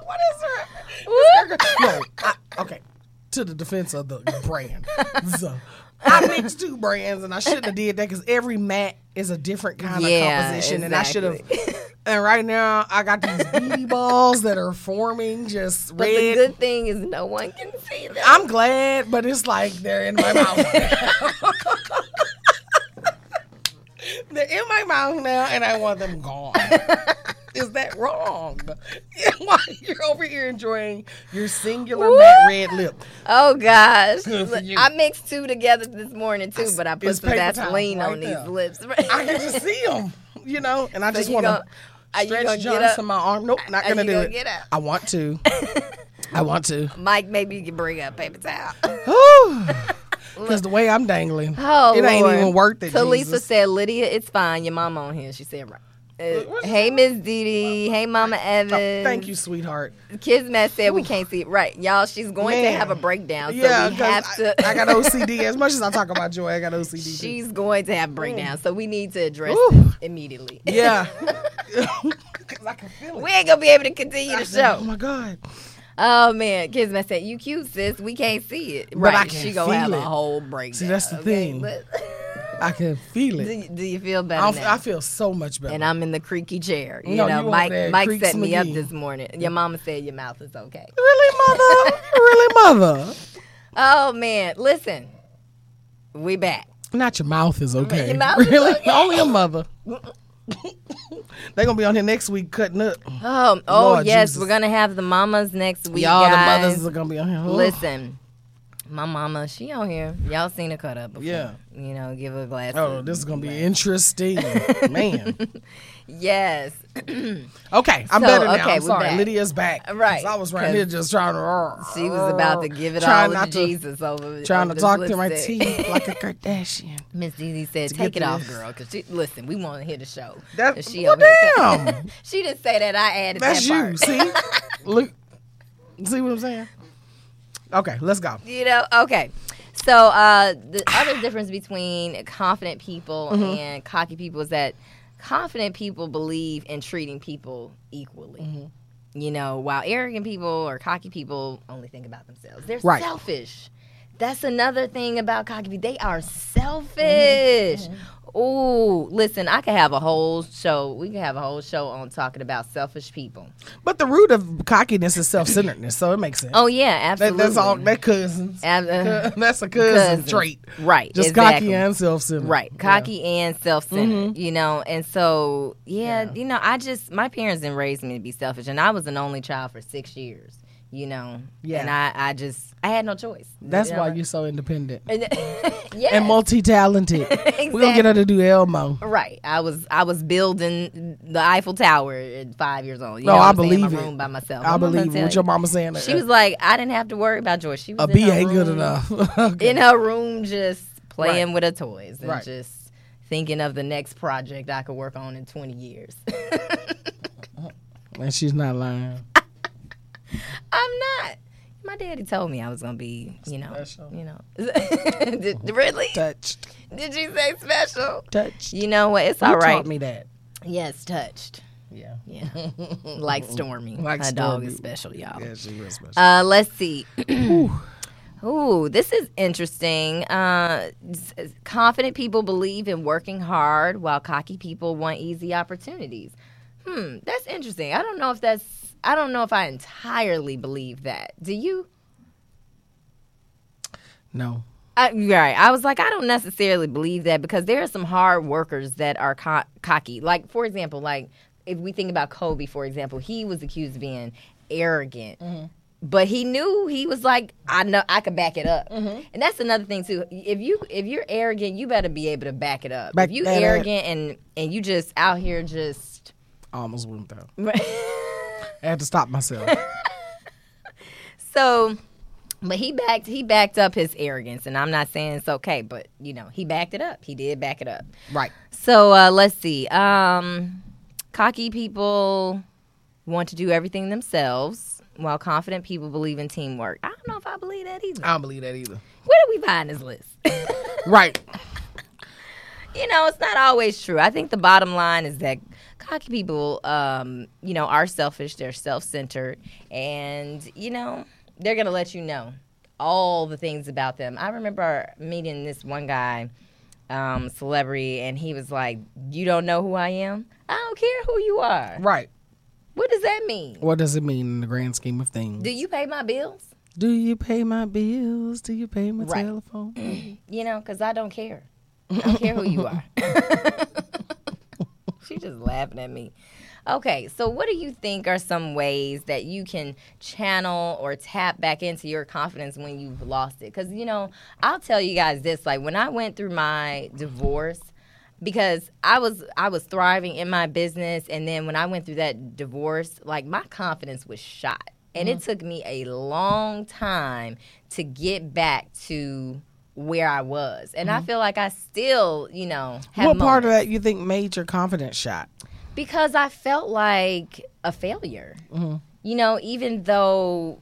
[SPEAKER 1] what is her?
[SPEAKER 2] Woo.
[SPEAKER 1] No, I, okay. To the defense of the brand, So, I mixed two brands, and I shouldn't have did that because every mat is a different kind
[SPEAKER 2] Yeah,
[SPEAKER 1] of composition, and I should have. And right now, I got these BB balls that are forming just
[SPEAKER 2] But the
[SPEAKER 1] red.
[SPEAKER 2] good thing is no one can see them.
[SPEAKER 1] I'm glad, but it's like they're in my mouth. they're in my mouth now, and I want them gone. Is that wrong? Why you're over here enjoying your singular matte red lip?
[SPEAKER 2] Oh gosh.
[SPEAKER 1] Good for
[SPEAKER 2] Look,
[SPEAKER 1] you.
[SPEAKER 2] I mixed two together this morning too, but I put
[SPEAKER 1] it's
[SPEAKER 2] some
[SPEAKER 1] paper towels
[SPEAKER 2] Vaseline
[SPEAKER 1] right
[SPEAKER 2] on
[SPEAKER 1] there.
[SPEAKER 2] these lips.
[SPEAKER 1] I can just see them, you know, and I just
[SPEAKER 2] you
[SPEAKER 1] want to
[SPEAKER 2] gonna- are you
[SPEAKER 1] stretch
[SPEAKER 2] gonna get
[SPEAKER 1] Johnson
[SPEAKER 2] up?
[SPEAKER 1] my arm. Nope, not
[SPEAKER 2] Are
[SPEAKER 1] gonna
[SPEAKER 2] you
[SPEAKER 1] do
[SPEAKER 2] gonna
[SPEAKER 1] it.
[SPEAKER 2] get up?
[SPEAKER 1] I want to. I want to.
[SPEAKER 2] Mike, maybe you can bring up paper towel.
[SPEAKER 1] Because the way I'm dangling,
[SPEAKER 2] Oh,
[SPEAKER 1] it ain't
[SPEAKER 2] Lord.
[SPEAKER 1] even worth it.
[SPEAKER 2] Talisa
[SPEAKER 1] Jesus.
[SPEAKER 2] said, "Lydia, it's fine. Your mom on here." She said, "Right." Uh,
[SPEAKER 1] where's
[SPEAKER 2] hey, Miss Didi. Hey, Mama Evans.
[SPEAKER 1] Oh, thank you, sweetheart.
[SPEAKER 2] Kismet said we can't see it. Right, y'all. She's going
[SPEAKER 1] Man.
[SPEAKER 2] to have a breakdown. So
[SPEAKER 1] Yeah,
[SPEAKER 2] we
[SPEAKER 1] 'cause
[SPEAKER 2] have
[SPEAKER 1] I,
[SPEAKER 2] to.
[SPEAKER 1] I got OCD. As much as I talk about joy, I got OCD. too.
[SPEAKER 2] She's going to have breakdowns, so we need to address
[SPEAKER 1] Mm. Ooh.
[SPEAKER 2] this immediately.
[SPEAKER 1] Yeah. 'Cause I can feel it.
[SPEAKER 2] we ain't gonna be able to continue the
[SPEAKER 1] Oh
[SPEAKER 2] show.
[SPEAKER 1] my God.
[SPEAKER 2] Oh man, Kismet said you cute sis. We can't see it.
[SPEAKER 1] I
[SPEAKER 2] right,
[SPEAKER 1] can
[SPEAKER 2] she gonna have
[SPEAKER 1] feel
[SPEAKER 2] a
[SPEAKER 1] it.
[SPEAKER 2] whole breakdown.
[SPEAKER 1] that's the thing.
[SPEAKER 2] but-
[SPEAKER 1] I can feel
[SPEAKER 2] do,
[SPEAKER 1] it.
[SPEAKER 2] you- do you feel better?
[SPEAKER 1] I, don't-
[SPEAKER 2] now?
[SPEAKER 1] I feel so much better.
[SPEAKER 2] and I'm in the creaky chair. You
[SPEAKER 1] No,
[SPEAKER 2] know,
[SPEAKER 1] you over
[SPEAKER 2] Mike
[SPEAKER 1] there,
[SPEAKER 2] Mike
[SPEAKER 1] creaks
[SPEAKER 2] set me up
[SPEAKER 1] McGee.
[SPEAKER 2] this morning. Your mama said your mouth is okay.
[SPEAKER 1] really, mother? really, mother?
[SPEAKER 2] Oh man, listen. We back.
[SPEAKER 1] Not your mouth is okay.
[SPEAKER 2] Your mouth is
[SPEAKER 1] really?
[SPEAKER 2] okay.
[SPEAKER 1] Only your mother. They're going to be on here next week cutting up.
[SPEAKER 2] Oh, oh
[SPEAKER 1] Lord
[SPEAKER 2] yes,
[SPEAKER 1] Jesus.
[SPEAKER 2] we're gonna have the mamas next week.
[SPEAKER 1] Y'all,
[SPEAKER 2] guys.
[SPEAKER 1] the mothers are going to be on here. Ugh.
[SPEAKER 2] Listen, My mama, she on here. Y'all seen her cut up before.
[SPEAKER 1] Yeah.
[SPEAKER 2] You know, give her a glass.
[SPEAKER 1] Oh,
[SPEAKER 2] of-
[SPEAKER 1] this is gonna be interesting, man.
[SPEAKER 2] Yes.
[SPEAKER 1] Okay, I'm
[SPEAKER 2] So,
[SPEAKER 1] better now.
[SPEAKER 2] okay,
[SPEAKER 1] I'm
[SPEAKER 2] we're
[SPEAKER 1] sorry,
[SPEAKER 2] back.
[SPEAKER 1] Lydia's back. 'Cause
[SPEAKER 2] Right,
[SPEAKER 1] I was right
[SPEAKER 2] 'cause
[SPEAKER 1] here just trying to. uh,
[SPEAKER 2] She was about to give it
[SPEAKER 1] Trying
[SPEAKER 2] all
[SPEAKER 1] not
[SPEAKER 2] to
[SPEAKER 1] to-
[SPEAKER 2] Jesus over
[SPEAKER 1] Trying
[SPEAKER 2] over
[SPEAKER 1] to
[SPEAKER 2] this
[SPEAKER 1] talk through my
[SPEAKER 2] lipstick.
[SPEAKER 1] teeth like a Kardashian.
[SPEAKER 2] Miss Dizzy said,
[SPEAKER 1] get
[SPEAKER 2] "Take it off,
[SPEAKER 1] this.
[SPEAKER 2] girl, because she listen. We want to hear the show.
[SPEAKER 1] That-
[SPEAKER 2] 'Cause
[SPEAKER 1] well,
[SPEAKER 2] over here cut-
[SPEAKER 1] damn.
[SPEAKER 2] she didn't say that. I added
[SPEAKER 1] That's
[SPEAKER 2] that part.
[SPEAKER 1] you. See, look, see what I'm saying? Okay, let's go.
[SPEAKER 2] You know, okay. So uh, the other difference between confident people
[SPEAKER 1] Mm-hmm.
[SPEAKER 2] and cocky people is that confident people believe in treating people equally.
[SPEAKER 1] Mm-hmm.
[SPEAKER 2] You know, while arrogant people or cocky people only think about themselves. They're
[SPEAKER 1] Right.
[SPEAKER 2] selfish. That's another thing about cocky people. They are
[SPEAKER 1] Mm-hmm.
[SPEAKER 2] selfish. Ooh, listen, I could have a whole show. We could have a whole show on talking about selfish people.
[SPEAKER 1] But the root of cockiness is self-centeredness, so it makes sense.
[SPEAKER 2] Oh yeah, absolutely.
[SPEAKER 1] that, that's all. That cousins.
[SPEAKER 2] Ab- uh,
[SPEAKER 1] that's a cousin
[SPEAKER 2] cousins.
[SPEAKER 1] trait.
[SPEAKER 2] Right.
[SPEAKER 1] Just
[SPEAKER 2] exactly.
[SPEAKER 1] cocky and self-centered.
[SPEAKER 2] Right. Cocky and self centered, you know? And so, yeah,
[SPEAKER 1] Mm-hmm. Yeah.
[SPEAKER 2] you know, I just, my parents didn't raise me to be selfish. And I was an only child for six years, you know?
[SPEAKER 1] Yeah.
[SPEAKER 2] And I, I just, I had no choice.
[SPEAKER 1] Yeah. That's
[SPEAKER 2] You
[SPEAKER 1] why
[SPEAKER 2] know?
[SPEAKER 1] you're so independent
[SPEAKER 2] And, yeah.
[SPEAKER 1] and multi-talented. We're gonna get her to do Elmo.
[SPEAKER 2] Right, I was I was building the Eiffel Tower at five years old. You
[SPEAKER 1] No,
[SPEAKER 2] know
[SPEAKER 1] I
[SPEAKER 2] what I'm saying?
[SPEAKER 1] believe
[SPEAKER 2] my
[SPEAKER 1] it.
[SPEAKER 2] room by myself.
[SPEAKER 1] I
[SPEAKER 2] I'm gonna
[SPEAKER 1] believe
[SPEAKER 2] tell
[SPEAKER 1] what
[SPEAKER 2] you.
[SPEAKER 1] your mama saying.
[SPEAKER 2] She was like, I didn't have to worry about Joy. She was
[SPEAKER 1] a
[SPEAKER 2] in
[SPEAKER 1] B
[SPEAKER 2] her
[SPEAKER 1] ain't good
[SPEAKER 2] room.
[SPEAKER 1] enough.
[SPEAKER 2] in her room just playing with her toys and
[SPEAKER 1] Right.
[SPEAKER 2] just thinking of the next project I could work on in 20 years.
[SPEAKER 1] and she's not lying.
[SPEAKER 2] I'm not. My daddy told me I was gonna be, you know,
[SPEAKER 1] Special.
[SPEAKER 2] you know. did, really?
[SPEAKER 1] Touched.
[SPEAKER 2] Did you say special?
[SPEAKER 1] Touched.
[SPEAKER 2] You know what? It's
[SPEAKER 1] You
[SPEAKER 2] all right.
[SPEAKER 1] taught me that.
[SPEAKER 2] Yes, touched.
[SPEAKER 1] Yeah.
[SPEAKER 2] Yeah, like Stormy.
[SPEAKER 1] Like
[SPEAKER 2] Her dog
[SPEAKER 1] Stormy.
[SPEAKER 2] is special, y'all.
[SPEAKER 1] Yeah, she was special.
[SPEAKER 2] Uh, let's see. Ooh, this is interesting. Uh, s- s- confident people believe in working hard, while cocky people want easy opportunities. Hmm, that's interesting. I don't know if that's. I don't know if I entirely believe that. Do you?
[SPEAKER 1] no.
[SPEAKER 2] I, right. I was like, I don't necessarily believe that because there are some hard workers that are co- cocky. Like, for example, like if we think about Kobe, for example, he was accused of being arrogant.
[SPEAKER 1] Mm-hmm.
[SPEAKER 2] But he knew he was like I know I could back it up,
[SPEAKER 1] Mm-hmm.
[SPEAKER 2] and that's another thing too. If you if you're arrogant, you better be able to back it up.
[SPEAKER 1] Back
[SPEAKER 2] if you
[SPEAKER 1] that up.
[SPEAKER 2] arrogant and and you just out here just
[SPEAKER 1] I almost went though. I had to stop myself.
[SPEAKER 2] So, but he backed he backed up his arrogance, and I'm not saying it's okay, but you know he backed it up. He did back it up.
[SPEAKER 1] right.
[SPEAKER 2] So uh, let's see. Um, cocky people want to do everything themselves, while confident people believe in teamwork. I don't know if I believe that either.
[SPEAKER 1] I don't believe that either.
[SPEAKER 2] Where do we find this list?
[SPEAKER 1] Right.
[SPEAKER 2] you know, it's not always true. I think the bottom line is that cocky people, um, you know, are selfish, they're self centered, and, you know, they're going to let you know all the things about them. I remember meeting this one guy, um, celebrity, and he was like, You don't know who I am? I don't care who you are.
[SPEAKER 1] Right.
[SPEAKER 2] What does that mean?
[SPEAKER 1] What does it mean in the grand scheme of things?
[SPEAKER 2] Do you pay my bills?
[SPEAKER 1] Do you pay my bills? Do you pay my
[SPEAKER 2] Right. Mm-hmm.
[SPEAKER 1] telephone?
[SPEAKER 2] You know, because I don't care. I don't care who you are. she just laughing at me. Okay, so what do you think are some ways that you can channel or tap back into your confidence when you've lost it? Because, you know, I'll tell you guys this like, when I went through my divorce, because I was I was thriving in my business and then when I went through that divorce, like my confidence was shot. And
[SPEAKER 1] Mm-hmm.
[SPEAKER 2] it took me a long time to get back to where I was. And I feel like I still, you know, have
[SPEAKER 1] Mm-hmm. what part
[SPEAKER 2] moments
[SPEAKER 1] of that you think made your confidence shot?
[SPEAKER 2] because I felt like a failure. You know, even though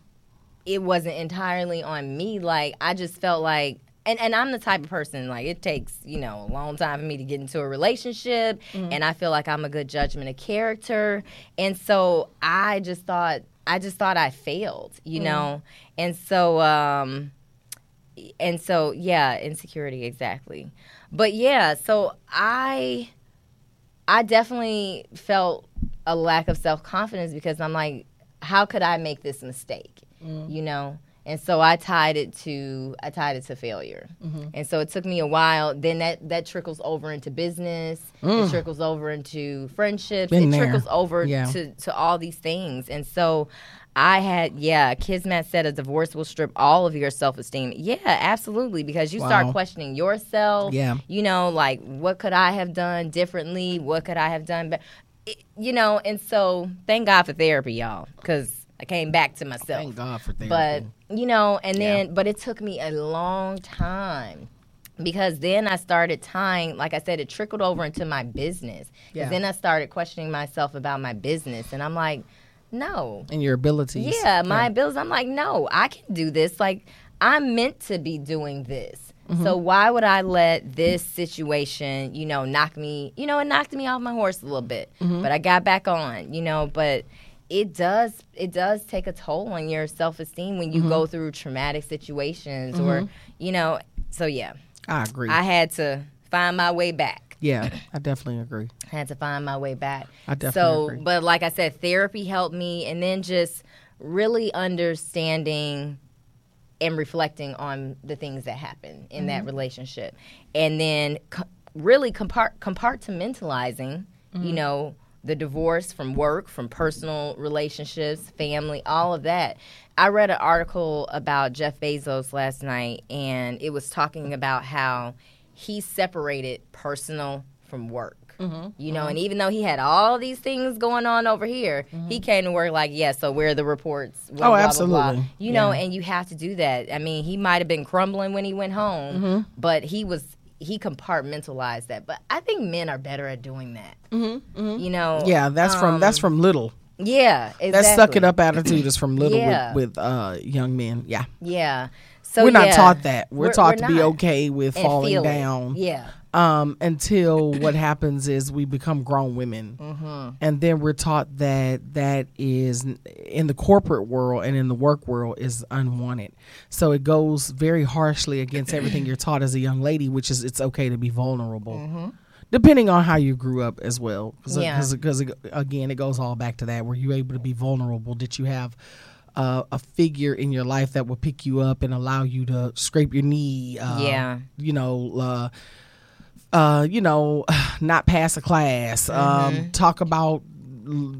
[SPEAKER 2] it wasn't entirely on me, like I just felt like and, and I'm the type of person like it takes you know a long time for me to get into a relationship, and I feel like I'm a good judgment of character, and so I just thought I just thought I failed, you know, and so um, and so yeah, insecurity exactly, but yeah, so I I definitely felt a lack of self confidence because I'm like, how could I make this mistake?
[SPEAKER 1] Mm-hmm.
[SPEAKER 2] You know? And so I tied it to I tied it to failure.
[SPEAKER 1] Mm-hmm.
[SPEAKER 2] And so it took me a while. Then that, that trickles over into business. It trickles over into frienship.
[SPEAKER 1] Mm. Been
[SPEAKER 2] it
[SPEAKER 1] there.
[SPEAKER 2] trickles over
[SPEAKER 1] Yeah.
[SPEAKER 2] to, to all these things. And so I had, yeah, Kismet said a divorce will strip all of your self esteem. Yeah, absolutely, because you
[SPEAKER 1] Wow.
[SPEAKER 2] start questioning yourself.
[SPEAKER 1] Yeah.
[SPEAKER 2] You know, like, what could I have done differently? What could I have done? But, you know, and so thank God for therapy, y'all, because I came back to myself.
[SPEAKER 1] Thank God for therapy.
[SPEAKER 2] But you know, and then but it took me a long time because then I started tying, like I said, it trickled over into my business. Because
[SPEAKER 1] Yeah.
[SPEAKER 2] then I started questioning myself about my business, and I'm like, no,
[SPEAKER 1] and your abilities.
[SPEAKER 2] yeah, my bills. I'm like, no, I can do this. Like, I'm meant to be doing this. So why would I let this situation, you know, knock me, you know, it knocked me off my horse a little bit, but I got back on, you know, but it does it does take a toll on your self-esteem when you go through traumatic situations or, you know, so yeah,
[SPEAKER 1] I agree.
[SPEAKER 2] I had to find my way back.
[SPEAKER 1] yeah, I definitely agree.
[SPEAKER 2] I had to find my way back.
[SPEAKER 1] I definitely
[SPEAKER 2] so,
[SPEAKER 1] agree.
[SPEAKER 2] but like I said, therapy helped me, and then just really understanding and reflecting on the things that happened in
[SPEAKER 1] Mm-hmm.
[SPEAKER 2] that relationship, and then co- really compart- compartmentalizing,
[SPEAKER 1] Mm-hmm.
[SPEAKER 2] you know, the divorce from work, from personal relationships, family, all of that. I read an article about Jeff Bezos last night, and it was talking about how he separated personal from work.
[SPEAKER 1] Mm-hmm.
[SPEAKER 2] You know, and even though he had all these things going on over here, he came to work like, yeah, so where are the reports?
[SPEAKER 1] Mm-hmm. Oh,
[SPEAKER 2] Blah, blah, blah,
[SPEAKER 1] absolutely.
[SPEAKER 2] Blah, you know, and you have to do that. I mean, he might have been crumbling when he went home,
[SPEAKER 1] Mm-hmm.
[SPEAKER 2] but he was he compartmentalized that. But I think men are better at doing that. Mm-hmm, You know,
[SPEAKER 1] Yeah, that's from
[SPEAKER 2] um,
[SPEAKER 1] that's from little.
[SPEAKER 2] yeah, exactly.
[SPEAKER 1] That suck it up attitude is from little
[SPEAKER 2] Yeah.
[SPEAKER 1] with, with uh, young men. Yeah,
[SPEAKER 2] Yeah, so
[SPEAKER 1] we're not
[SPEAKER 2] yeah.
[SPEAKER 1] taught that. We're, taught to be
[SPEAKER 2] not.
[SPEAKER 1] okay with
[SPEAKER 2] And
[SPEAKER 1] falling
[SPEAKER 2] feel it.
[SPEAKER 1] down.
[SPEAKER 2] Yeah,
[SPEAKER 1] um, until what happens is we become grown women, and then we're taught that that is in the corporate world and in the work world is unwanted. So it goes very harshly against everything you're taught as a young lady, which is it's okay to be vulnerable. Depending on how you grew up as well, uh,
[SPEAKER 2] Yeah.
[SPEAKER 1] because again, it goes all back to that. Were you able to be vulnerable? Did you have uh, a figure in your life that would pick you up and allow you to scrape your knee? Uh,
[SPEAKER 2] Yeah.
[SPEAKER 1] you know, uh, uh, you know, not pass a class,
[SPEAKER 2] Mm-hmm.
[SPEAKER 1] um, talk about l-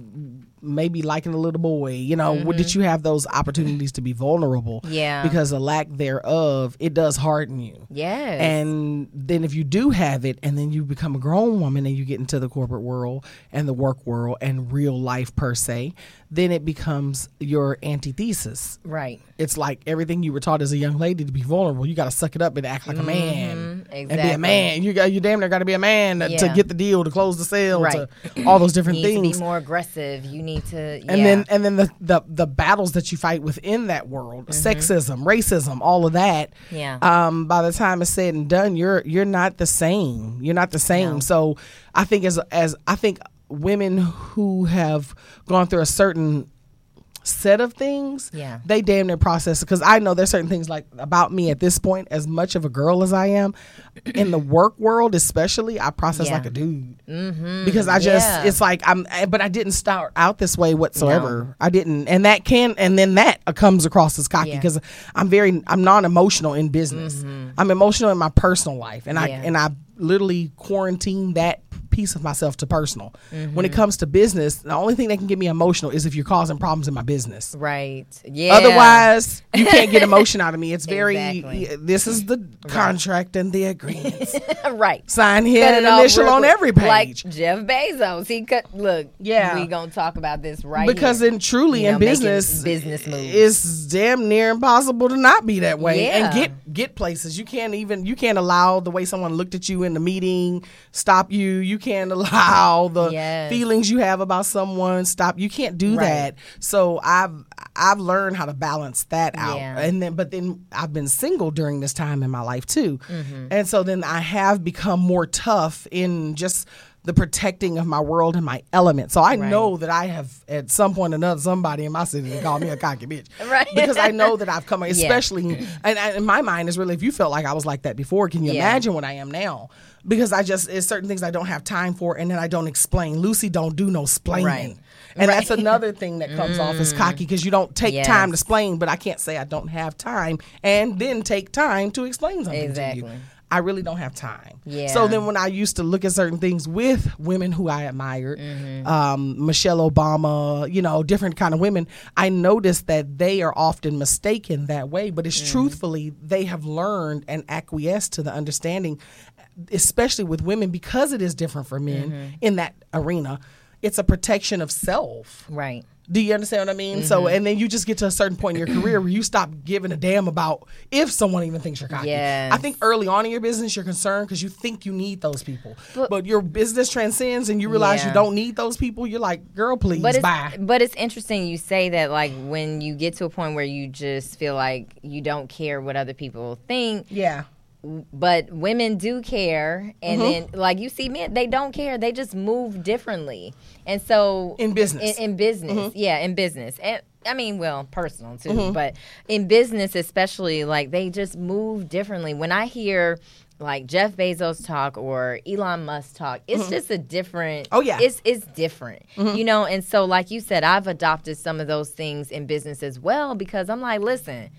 [SPEAKER 1] maybe liking a little boy, you know, what did you have those opportunities to be vulnerable?
[SPEAKER 2] Mm-hmm. Yeah.
[SPEAKER 1] Because the lack thereof, it does harden you.
[SPEAKER 2] yes,
[SPEAKER 1] And then if you do have it, and then you become a grown woman and you get into the corporate world and the work world and real life per se, then it becomes your antithesis.
[SPEAKER 2] right.
[SPEAKER 1] It's like everything you were taught as a young lady to be vulnerable. You got to suck it up and act like a man, and be a
[SPEAKER 2] Mm-hmm. exactly.
[SPEAKER 1] man. You got you damn near got to be a man to, to
[SPEAKER 2] Yeah.
[SPEAKER 1] get the deal, to close the sale,
[SPEAKER 2] Right.
[SPEAKER 1] to all those different
[SPEAKER 2] You need to be
[SPEAKER 1] things.
[SPEAKER 2] more aggressive. You need to, yeah. Mm-hmm.
[SPEAKER 1] And then and then the, the the battles that you fight within that world, sexism, racism, all of that.
[SPEAKER 2] Yeah.
[SPEAKER 1] Um, by the time it's said and done, you're you're not the same. You're not the same. So I think as as I think women who have gone through a certain set of things,
[SPEAKER 2] Yeah.
[SPEAKER 1] they damn near process because I know there's certain things like about me at this point, as much of a girl as I am, in the work world especially, I process
[SPEAKER 2] Yeah. Mm-hmm.
[SPEAKER 1] like a dude because I just
[SPEAKER 2] Yeah.
[SPEAKER 1] it's like I'm, I- but I didn't start out this way whatsoever. I didn't, and that can, and then that uh, comes across as cocky
[SPEAKER 2] Yeah. Mm-hmm.
[SPEAKER 1] because I'm very, I'm non-emotional in business. I'm emotional in my personal life, and I
[SPEAKER 2] Yeah.
[SPEAKER 1] and I literally quarantine that piece of myself to personal. When it
[SPEAKER 2] Mm-hmm.
[SPEAKER 1] comes to business, the only thing that can get me emotional is if you're causing problems in my business.
[SPEAKER 2] right. Yeah.
[SPEAKER 1] Otherwise, you can't get emotion out of me. It's very.
[SPEAKER 2] Exactly.
[SPEAKER 1] This is the contract and the agreements.
[SPEAKER 2] right.
[SPEAKER 1] Sign here
[SPEAKER 2] Cut
[SPEAKER 1] and
[SPEAKER 2] it off
[SPEAKER 1] initial
[SPEAKER 2] real
[SPEAKER 1] on
[SPEAKER 2] quick.
[SPEAKER 1] every page.
[SPEAKER 2] Like Jeff Bezos, he cut. Look,
[SPEAKER 1] Yeah.
[SPEAKER 2] we gonna talk about this right
[SPEAKER 1] because
[SPEAKER 2] here.
[SPEAKER 1] in truly
[SPEAKER 2] You
[SPEAKER 1] in
[SPEAKER 2] know, making
[SPEAKER 1] business,
[SPEAKER 2] business moves.
[SPEAKER 1] it's damn near impossible to not be that way and
[SPEAKER 2] Yeah.
[SPEAKER 1] get get places. You can't even you can't allow the way someone looked at you in the meeting stop you. You can't allow the
[SPEAKER 2] Yes.
[SPEAKER 1] feelings you have about someone stop. You can't do
[SPEAKER 2] Right.
[SPEAKER 1] that. So I've I've learned how to balance that out,
[SPEAKER 2] Yeah.
[SPEAKER 1] and then but then I've been single during this time in my life too,
[SPEAKER 2] Mm-hmm.
[SPEAKER 1] and so then I have become more tough in just. The protecting of my world and my element. So I know that I have at some point or another somebody in my city that called me a cocky bitch.
[SPEAKER 2] Right.
[SPEAKER 1] Because I know that I've come, especially, and I, in my mind is really if you felt like I was like that before, can you
[SPEAKER 2] Yeah.
[SPEAKER 1] imagine what I am now? Because I just, it's certain things I don't have time for, and then I don't explain. Lucy don't do no splaining.
[SPEAKER 2] Right. Mm.
[SPEAKER 1] And that's another thing that comes off as cocky because you don't take
[SPEAKER 2] Yes.
[SPEAKER 1] time to explain, but I can't say I don't have time and then take time to explain something to
[SPEAKER 2] Exactly.
[SPEAKER 1] you. I really don't have time.
[SPEAKER 2] Yeah.
[SPEAKER 1] So then when I used to look at certain things with women who I admired,
[SPEAKER 2] Mm-hmm.
[SPEAKER 1] um, Michelle Obama, you know, different kind of women, I noticed that they are often mistaken that way. But
[SPEAKER 2] Mm-hmm.
[SPEAKER 1] it's truthfully they have learned and acquiesced to the understanding, especially with women because it is different for men
[SPEAKER 2] Mm-hmm.
[SPEAKER 1] in that arena. It's a protection of self.
[SPEAKER 2] Right.
[SPEAKER 1] Do you understand what I mean? So,
[SPEAKER 2] Mm-hmm.
[SPEAKER 1] and then you just get to a certain point in your career where you stop giving a damn about if someone even thinks you're cocky.
[SPEAKER 2] Yes.
[SPEAKER 1] I think early on in your business, you're concerned because you think you need those people. But, your business transcends and you realize
[SPEAKER 2] Yeah.
[SPEAKER 1] you don't need those people. You're like, girl, please,
[SPEAKER 2] But it's,
[SPEAKER 1] bye.
[SPEAKER 2] but it's interesting you say that like when you get to a point where you just feel like you don't care what other people think
[SPEAKER 1] Yeah.
[SPEAKER 2] but women do care and
[SPEAKER 1] Mm-hmm.
[SPEAKER 2] then like you see men they don't care they just move differently and so
[SPEAKER 1] In business.
[SPEAKER 2] in, in business
[SPEAKER 1] Mm-hmm.
[SPEAKER 2] yeah in business and i mean well personal too but in business especially like they just move differently when i hear like Jeff Bezos talk or Elon Musk talk. It's just a different.
[SPEAKER 1] Mm-hmm. Oh, yeah. Mm-hmm.
[SPEAKER 2] it's it's different, you know. And so, like you said, I've adopted some of those things in business as well because I'm like, listen,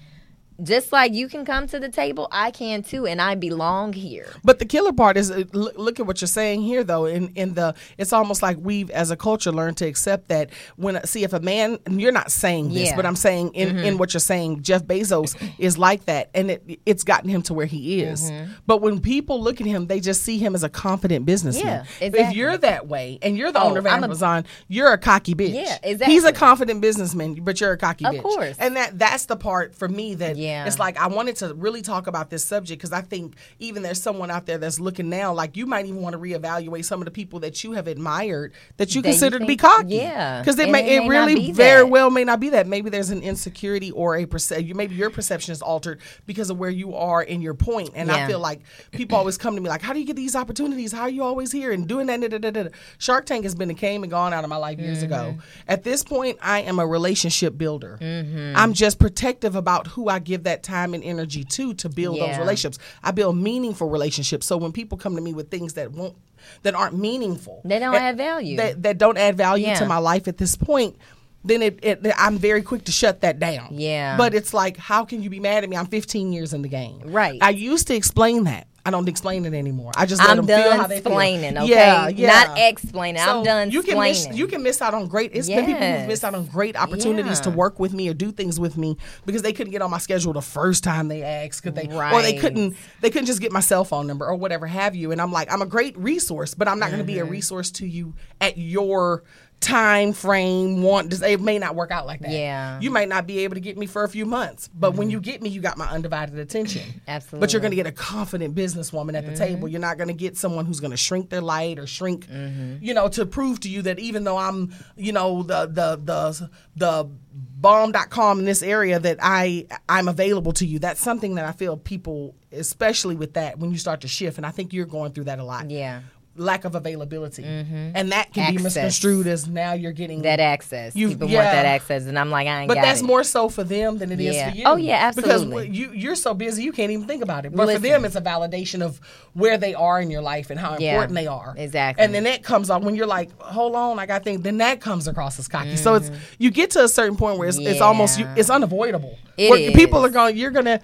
[SPEAKER 2] just like you can come to the table, I can too, and I belong here.
[SPEAKER 1] But the killer part is uh, look, look at what you're saying here though in in the it's almost like we've as a culture learned to accept that when see if a man and you're not saying this
[SPEAKER 2] Yeah. Mm-hmm.
[SPEAKER 1] but I'm saying in in what you're saying Jeff Bezos is like that and it it's gotten him to where he is.
[SPEAKER 2] Mm-hmm.
[SPEAKER 1] But when people look at him they just see him as a confident businessman.
[SPEAKER 2] Yeah,
[SPEAKER 1] If
[SPEAKER 2] exactly.
[SPEAKER 1] you're that way and you're the
[SPEAKER 2] Oh,
[SPEAKER 1] owner of
[SPEAKER 2] I'm a-
[SPEAKER 1] Amazon, you're a cocky bitch.
[SPEAKER 2] Yeah,
[SPEAKER 1] He's a
[SPEAKER 2] exactly.
[SPEAKER 1] confident businessman, but you're a cocky bitch.
[SPEAKER 2] course.
[SPEAKER 1] And that that's the part for me that
[SPEAKER 2] Yeah.
[SPEAKER 1] it's like like I wanted to really talk about this subject because I think even there's someone out there that's looking now, like you might even want to reevaluate some of the people that you have admired that you
[SPEAKER 2] That you
[SPEAKER 1] consider to be
[SPEAKER 2] think-
[SPEAKER 1] cocky.
[SPEAKER 2] yeah.
[SPEAKER 1] because it
[SPEAKER 2] And
[SPEAKER 1] may
[SPEAKER 2] it
[SPEAKER 1] it
[SPEAKER 2] may not
[SPEAKER 1] really
[SPEAKER 2] be
[SPEAKER 1] very
[SPEAKER 2] that.
[SPEAKER 1] well may not be that. Maybe there's an insecurity or a perception. Maybe your perception is altered because of where you are in your point. And I
[SPEAKER 2] Yeah.
[SPEAKER 1] feel like people always come to me like, "How do you get these opportunities? How are you always here and doing that?" da, da, da, da, da?" Shark Tank has been and came and gone out of my life years ago.
[SPEAKER 2] Mm-hmm.
[SPEAKER 1] At this point, I am a relationship builder. I'm just protective about who I give that time and energy to to build those
[SPEAKER 2] Yeah.
[SPEAKER 1] relationships. I build meaningful relationships. So when people come to me with things that won't that aren't meaningful,
[SPEAKER 2] They don't
[SPEAKER 1] and-
[SPEAKER 2] add value.
[SPEAKER 1] That, that don't add value to
[SPEAKER 2] Yeah.
[SPEAKER 1] my life at this point. Then it, it, I'm very quick to shut that down.
[SPEAKER 2] Yeah.
[SPEAKER 1] But it's like, how can you be mad at me? I'm 15 years in the game.
[SPEAKER 2] Right.
[SPEAKER 1] I used to explain that. I don't explain it anymore. I just let
[SPEAKER 2] I'm
[SPEAKER 1] them feel how
[SPEAKER 2] done
[SPEAKER 1] they feel.
[SPEAKER 2] explaining, okay?
[SPEAKER 1] Yeah, yeah.
[SPEAKER 2] Not explaining. I'm done
[SPEAKER 1] You can miss,
[SPEAKER 2] explaining.
[SPEAKER 1] you can miss out on great. It's been people who've
[SPEAKER 2] Yes.
[SPEAKER 1] missed out on great opportunities to
[SPEAKER 2] Yeah.
[SPEAKER 1] work with me or do things with me because they couldn't get on my schedule the first time they asked, could they? Or they
[SPEAKER 2] Right.
[SPEAKER 1] couldn't. They couldn't just get my cell phone number or whatever have you. And I'm like, I'm a great resource, but I'm not going to be a resource to you at your time frame. Want it may not work out like that.
[SPEAKER 2] Yeah.
[SPEAKER 1] you might not be able to get me for a few months, but when you get me, you got my undivided attention. But you're
[SPEAKER 2] Mm-hmm. Absolutely. Mm-hmm.
[SPEAKER 1] going to get a confident businesswoman at the table. You're not going to get someone who's going to shrink their light or shrink,
[SPEAKER 2] Mm-hmm.
[SPEAKER 1] you know, to prove to you that even though I'm, you know, the the the the bomb.com in this area that I I'm available to you. That's something that I feel people especially with that when you start to shift and I think you're going through that a lot.
[SPEAKER 2] Yeah. Mm-hmm.
[SPEAKER 1] Lack of availability. And that can be
[SPEAKER 2] Access.
[SPEAKER 1] misconstrued as now you're getting
[SPEAKER 2] That access,
[SPEAKER 1] You-
[SPEAKER 2] people
[SPEAKER 1] yeah.
[SPEAKER 2] want that access, and I'm like, I ain't
[SPEAKER 1] but
[SPEAKER 2] got
[SPEAKER 1] that's
[SPEAKER 2] it.
[SPEAKER 1] more so for them than it is
[SPEAKER 2] Yeah.
[SPEAKER 1] for you.
[SPEAKER 2] Oh, yeah,
[SPEAKER 1] Because
[SPEAKER 2] absolutely.
[SPEAKER 1] wh- you you're so busy you can't even think about it. But
[SPEAKER 2] Listen.
[SPEAKER 1] for them, it's a validation of where they are in your life and how
[SPEAKER 2] Yeah,
[SPEAKER 1] important they are.
[SPEAKER 2] exactly.
[SPEAKER 1] And then that comes on when you're like, hold on, I got to think. Then that comes across as cocky. So it's you get to a certain point where it's, it's almost you,
[SPEAKER 2] Mm. Yeah.
[SPEAKER 1] it's unavoidable.
[SPEAKER 2] It
[SPEAKER 1] Where people
[SPEAKER 2] is.
[SPEAKER 1] are going. You're gonna.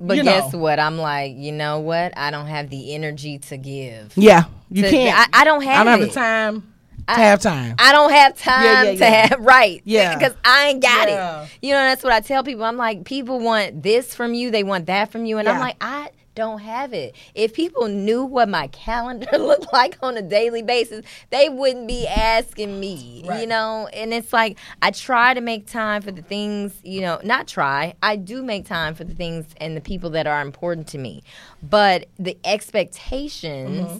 [SPEAKER 2] But
[SPEAKER 1] you
[SPEAKER 2] guess
[SPEAKER 1] know.
[SPEAKER 2] what? I'm like, you know what? I don't have the energy to give.
[SPEAKER 1] Yeah, you
[SPEAKER 2] To-
[SPEAKER 1] can't.
[SPEAKER 2] I, I don't
[SPEAKER 1] I
[SPEAKER 2] have.
[SPEAKER 1] don't have
[SPEAKER 2] it.
[SPEAKER 1] the time to have time.
[SPEAKER 2] I don't have time
[SPEAKER 1] Yeah, yeah, yeah.
[SPEAKER 2] to have right.
[SPEAKER 1] Yeah.
[SPEAKER 2] Because I ain't got
[SPEAKER 1] Yeah.
[SPEAKER 2] it. You know, that's what I tell people. I'm like, people want this from you, they want that from you. And I'm
[SPEAKER 1] Yeah.
[SPEAKER 2] like, I don't have it. If people knew what my calendar looked like on a daily basis, they wouldn't be asking me.
[SPEAKER 1] Right.
[SPEAKER 2] You know, and it's like I try to make time for the things, you know, not try. I do make time for the things and the people that are important to me. But the expectations
[SPEAKER 1] Mm-hmm.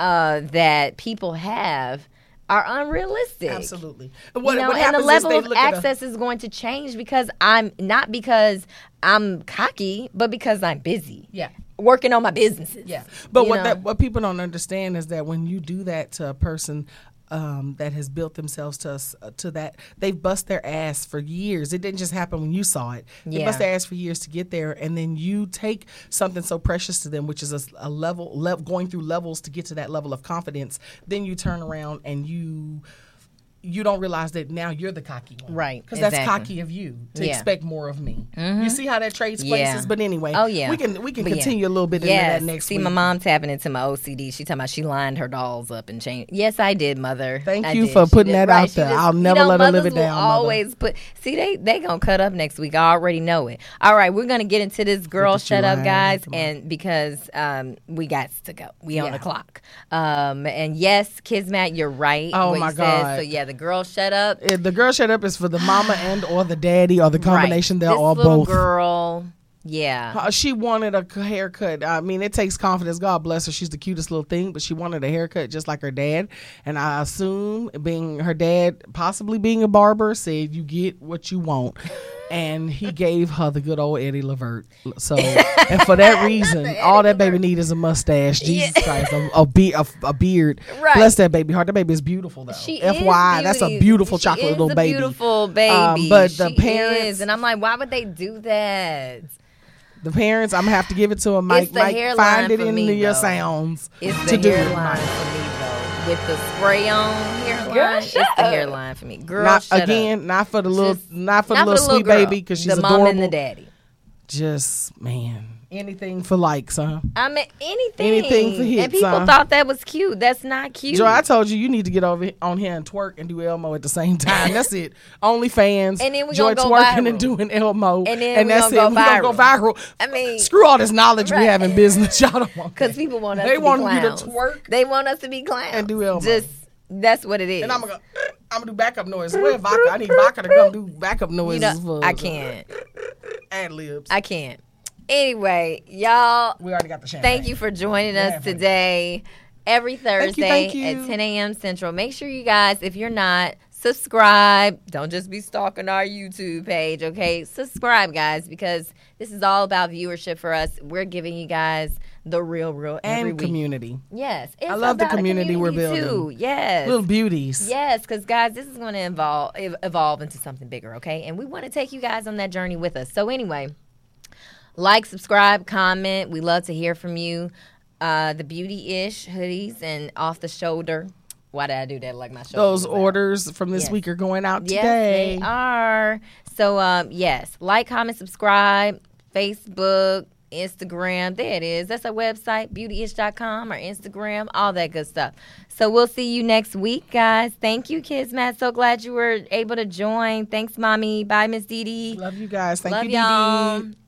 [SPEAKER 2] uh, that people have are unrealistic.
[SPEAKER 1] Absolutely.
[SPEAKER 2] You know, and the
[SPEAKER 1] happens is
[SPEAKER 2] level
[SPEAKER 1] they
[SPEAKER 2] of
[SPEAKER 1] look at a-
[SPEAKER 2] access is going to change because I'm not because I'm cocky, but because I'm busy.
[SPEAKER 1] Yeah.
[SPEAKER 2] Working on my businesses.
[SPEAKER 1] Yeah. But
[SPEAKER 2] You
[SPEAKER 1] what
[SPEAKER 2] know?
[SPEAKER 1] that what people don't understand is that when you do that to a person um, that has built themselves to us, uh, to that they've bust their ass for years. It didn't just happen when you saw it. They bust
[SPEAKER 2] Yeah.
[SPEAKER 1] their ass for years to get there, and then you take something so precious to them, which is a, s- a level lev- going through levels to get to that level of confidence. Then you turn around and you you don't realize that now you're the cocky one.
[SPEAKER 2] Right,
[SPEAKER 1] Because that's
[SPEAKER 2] exactly.
[SPEAKER 1] cocky of you to
[SPEAKER 2] Yeah. Mm-hmm.
[SPEAKER 1] expect more of me. You see how that trades places?
[SPEAKER 2] Yeah.
[SPEAKER 1] But anyway,
[SPEAKER 2] Oh, yeah.
[SPEAKER 1] we can we can
[SPEAKER 2] But yeah.
[SPEAKER 1] continue a little bit
[SPEAKER 2] Yes.
[SPEAKER 1] into that next
[SPEAKER 2] See,
[SPEAKER 1] week.
[SPEAKER 2] my mom tapping into my OCD. She talking about she lined her dolls up and changed. Yes, I did, mother.
[SPEAKER 1] Thank
[SPEAKER 2] I
[SPEAKER 1] you
[SPEAKER 2] did.
[SPEAKER 1] for
[SPEAKER 2] She
[SPEAKER 1] putting
[SPEAKER 2] did.
[SPEAKER 1] that out
[SPEAKER 2] Right. She
[SPEAKER 1] there.
[SPEAKER 2] just-
[SPEAKER 1] I'll
[SPEAKER 2] you
[SPEAKER 1] never
[SPEAKER 2] know,
[SPEAKER 1] let her live
[SPEAKER 2] mothers
[SPEAKER 1] it
[SPEAKER 2] will
[SPEAKER 1] down, mother.
[SPEAKER 2] Always put. See, they they gonna cut up next week. I already know it. All right, we're gonna get into this girl
[SPEAKER 1] at you
[SPEAKER 2] shut up,
[SPEAKER 1] lying.
[SPEAKER 2] guys,
[SPEAKER 1] Come on.
[SPEAKER 2] and because um we got to go. We on
[SPEAKER 1] Yeah.
[SPEAKER 2] the clock. Um and yes, Kismat, you're right.
[SPEAKER 1] Oh,
[SPEAKER 2] what
[SPEAKER 1] my
[SPEAKER 2] you
[SPEAKER 1] God.
[SPEAKER 2] Said. So yeah, the girl shut up.
[SPEAKER 1] Uh, the girl shut up is for the mama and or the daddy or the combination.
[SPEAKER 2] right.
[SPEAKER 1] They're
[SPEAKER 2] this
[SPEAKER 1] all
[SPEAKER 2] little
[SPEAKER 1] both.
[SPEAKER 2] girl. Yeah.
[SPEAKER 1] Uh, she wanted a c- haircut. I mean, it takes confidence. God bless her. She's the cutest little thing, but she wanted a haircut just like her dad. And I assume, being her dad, possibly being a barber, said, You get what you want. And he gave her the good old Eddie Levert. So, and for that reason, all that baby need is a mustache. Jesus Christ, a, a, be- a, a beard.
[SPEAKER 2] Right.
[SPEAKER 1] Bless that baby heart. That baby is beautiful, though.
[SPEAKER 2] She is
[SPEAKER 1] FYI, that's a
[SPEAKER 2] beauty-
[SPEAKER 1] beautiful
[SPEAKER 2] she
[SPEAKER 1] chocolate
[SPEAKER 2] is
[SPEAKER 1] little
[SPEAKER 2] a
[SPEAKER 1] baby.
[SPEAKER 2] Beautiful baby.
[SPEAKER 1] Um, but the
[SPEAKER 2] She
[SPEAKER 1] parents-
[SPEAKER 2] is. and I'm like, why would they do that?
[SPEAKER 1] The parents, I'm gonna have to give it to him. Mike,
[SPEAKER 2] It's the
[SPEAKER 1] Mike,
[SPEAKER 2] hairline
[SPEAKER 1] find it
[SPEAKER 2] for
[SPEAKER 1] in
[SPEAKER 2] me,
[SPEAKER 1] your
[SPEAKER 2] though.
[SPEAKER 1] sounds
[SPEAKER 2] It's
[SPEAKER 1] to
[SPEAKER 2] the
[SPEAKER 1] do it.
[SPEAKER 2] hairline
[SPEAKER 1] Mike.
[SPEAKER 2] for me though, with the spray on hairline.
[SPEAKER 3] Girl,
[SPEAKER 2] it's
[SPEAKER 3] shut
[SPEAKER 2] the
[SPEAKER 3] up.
[SPEAKER 2] hairline for me. Girl,
[SPEAKER 1] not
[SPEAKER 2] shut
[SPEAKER 1] again,
[SPEAKER 2] up.
[SPEAKER 1] not for the little,
[SPEAKER 2] Just-
[SPEAKER 1] not for the
[SPEAKER 2] Not
[SPEAKER 1] little sweet
[SPEAKER 2] girl,
[SPEAKER 1] baby because she's
[SPEAKER 2] the
[SPEAKER 1] adorable.
[SPEAKER 2] mom and the daddy.
[SPEAKER 1] Just man, anything for likes, huh?
[SPEAKER 2] I mean anything,
[SPEAKER 1] Anything for hits,
[SPEAKER 2] and people
[SPEAKER 1] huh?
[SPEAKER 2] thought that was cute. That's not cute.
[SPEAKER 1] Joy, I told you you need to get over he- on here and twerk and do Elmo at the same time. That's it. Only fans.
[SPEAKER 2] And then we
[SPEAKER 1] Joy
[SPEAKER 2] gonna go
[SPEAKER 1] twerking
[SPEAKER 2] viral.
[SPEAKER 1] and doing Elmo.
[SPEAKER 2] And then we
[SPEAKER 1] that's
[SPEAKER 2] gonna go
[SPEAKER 1] it. we gonna go viral.
[SPEAKER 2] I mean-
[SPEAKER 1] screw all this knowledge we
[SPEAKER 2] Right.
[SPEAKER 1] have in business. Y'all don't want
[SPEAKER 2] because
[SPEAKER 1] that.
[SPEAKER 2] people want us
[SPEAKER 1] They
[SPEAKER 2] to
[SPEAKER 1] want
[SPEAKER 2] be
[SPEAKER 1] you to
[SPEAKER 2] clowns.
[SPEAKER 1] twerk.
[SPEAKER 2] They want us to be clowns
[SPEAKER 1] and do Elmo.
[SPEAKER 2] Just that's what it is.
[SPEAKER 1] And I'm gonna, go, I'm gonna do backup noise. Where vodka? I need vodka to come do backup
[SPEAKER 2] you
[SPEAKER 1] noises.
[SPEAKER 2] know,
[SPEAKER 1] for
[SPEAKER 2] I can't.
[SPEAKER 1] ad libs.
[SPEAKER 2] I can't. Anyway, y'all,
[SPEAKER 1] We already got the champagne.
[SPEAKER 2] thank you for joining
[SPEAKER 1] Yeah,
[SPEAKER 2] us
[SPEAKER 1] buddy.
[SPEAKER 2] today. Every Thursday
[SPEAKER 1] Thank you, thank
[SPEAKER 2] at
[SPEAKER 1] you.
[SPEAKER 2] 10 a.m. Central. Make sure you guys, if you're not, subscribe. Don't just be stalking our YouTube page, okay? Subscribe, guys, because this is all about viewership for us. We're giving you guys the real, real every
[SPEAKER 1] and
[SPEAKER 2] week.
[SPEAKER 1] community.
[SPEAKER 2] Yes, it's
[SPEAKER 1] love the
[SPEAKER 2] about a
[SPEAKER 1] community we're
[SPEAKER 2] Too. Yes,
[SPEAKER 1] Little beauties.
[SPEAKER 2] Yes, because guys, this is going to evolve ev- evolve into something bigger, okay? And we want to take you guys on that journey with us. So anyway, like, subscribe, comment. We love to hear from you. Uh, the beauty ish hoodies and off the shoulder. Why did I do that? Like my shoulder.
[SPEAKER 1] Those
[SPEAKER 2] was out.
[SPEAKER 1] orders from this
[SPEAKER 2] Yes.
[SPEAKER 1] week are going out
[SPEAKER 2] Yes,
[SPEAKER 1] today.
[SPEAKER 2] they are. So um, yes, like, comment, subscribe. Facebook, Instagram. There it is. That's our website, beautyish.com or Instagram, all that good stuff. So we'll see you next week, guys. Thank you, Kids Matt. So glad you were able to join. Thanks, Mommy. Bye, Miss Dee Dee.
[SPEAKER 1] Love you guys. Thank
[SPEAKER 2] Love
[SPEAKER 1] you, Dee Dee.
[SPEAKER 2] y'all.